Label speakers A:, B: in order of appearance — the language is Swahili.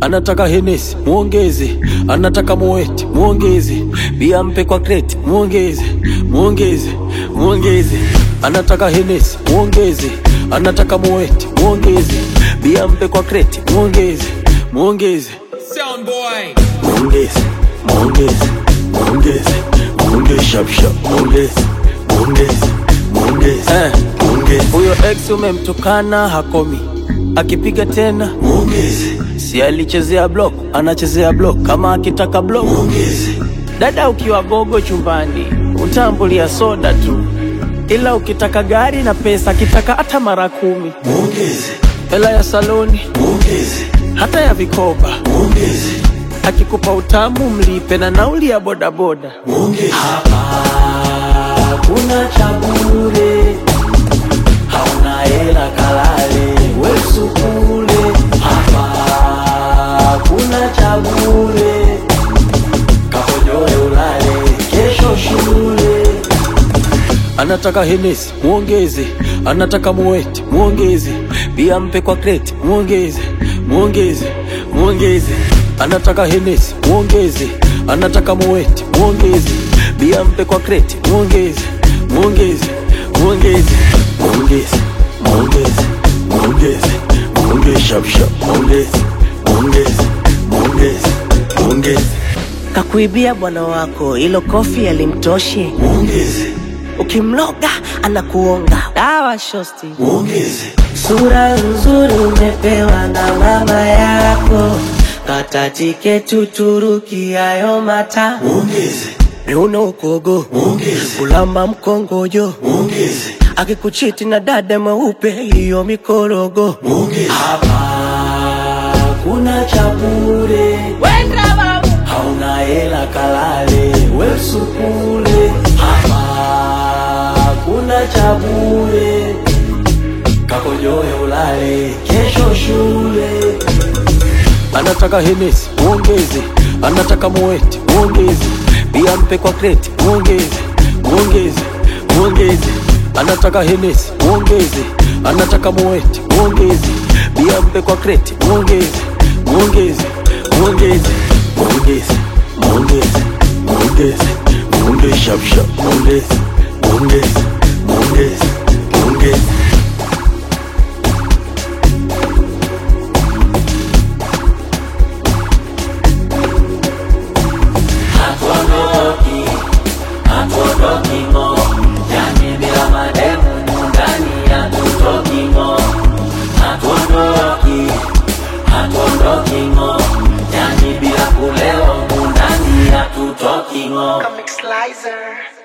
A: anataka henesi muongeze, anataka moeti muongeze, bia mpe kwa kreti muongeze, muongeze, muongeze, anataka henesi muongeze, anataka moeti muongeze, bia mpe kwa kreti muongeze, muongeze,
B: Sound boy.
A: muongeze, muongeze, muongeze, muongeze, shap shap, muongeze, muongeze, muongeze, eh, muongeze,
C: huyo ex umemtukana hakomi akipiga tena
A: muongeze,
C: si alichezea block anachezea block kama akitaka block
A: muongeze.
C: dada ukiwa gogo chumbani utambulia soda tu ila ukitaka gari na pesa akitaka hata mara kumi
A: muongeze
C: hela ya saloni
A: muongeze
C: hata ya vikoba
A: muongeze
C: akikupa utamu mlipe na nauli ya bodaboda
A: muongeze
C: hakuna chabure hauna hela kalale wesukule hapa hakuna chabure kahonyoe ulale kesho shule
A: anataka henesi muongeze anataka moeti muongeze bia mpe kwa kreti muongeze muongeze muongeze anataka henesi muongeze anataka moeti muongeze bia mpe kwa kreti muongeze muongeze muongeze muongeze muongeze muongeze muongeze shapshap muongeze muongeze muongeze muongeze
D: kakuibia bwana wako ilo kofi alimtoshi
A: muongeze
D: ukimloga anakuonga dawa shosti
A: muongeze
D: sura nzuri umepewa na mama yako kata tiketi uturuki ayo mata
A: muongeze
D: miuno ukogo
A: muongeze
D: kulamba mkongojo
A: muongeze
D: akikuchiti na dada mweupe hiyo mikorogo
A: muongeze
C: hakuna chabure hauna hela kalale wesukule hapa hakuna chabure kakojoe ulale kesho shule
A: anataka henesi muongeze anataka moeti muongeze bia mpe kwa kreti muongeze muongeze muongeze anataka henesi muongeze anataka moeti muongeze bia mpe kwa kreti muongeze muongeze muongeze muongeze muongeze muongeze muongeze shapshap muongeze muongeze muongeze muongeze
E: Comic Slicer.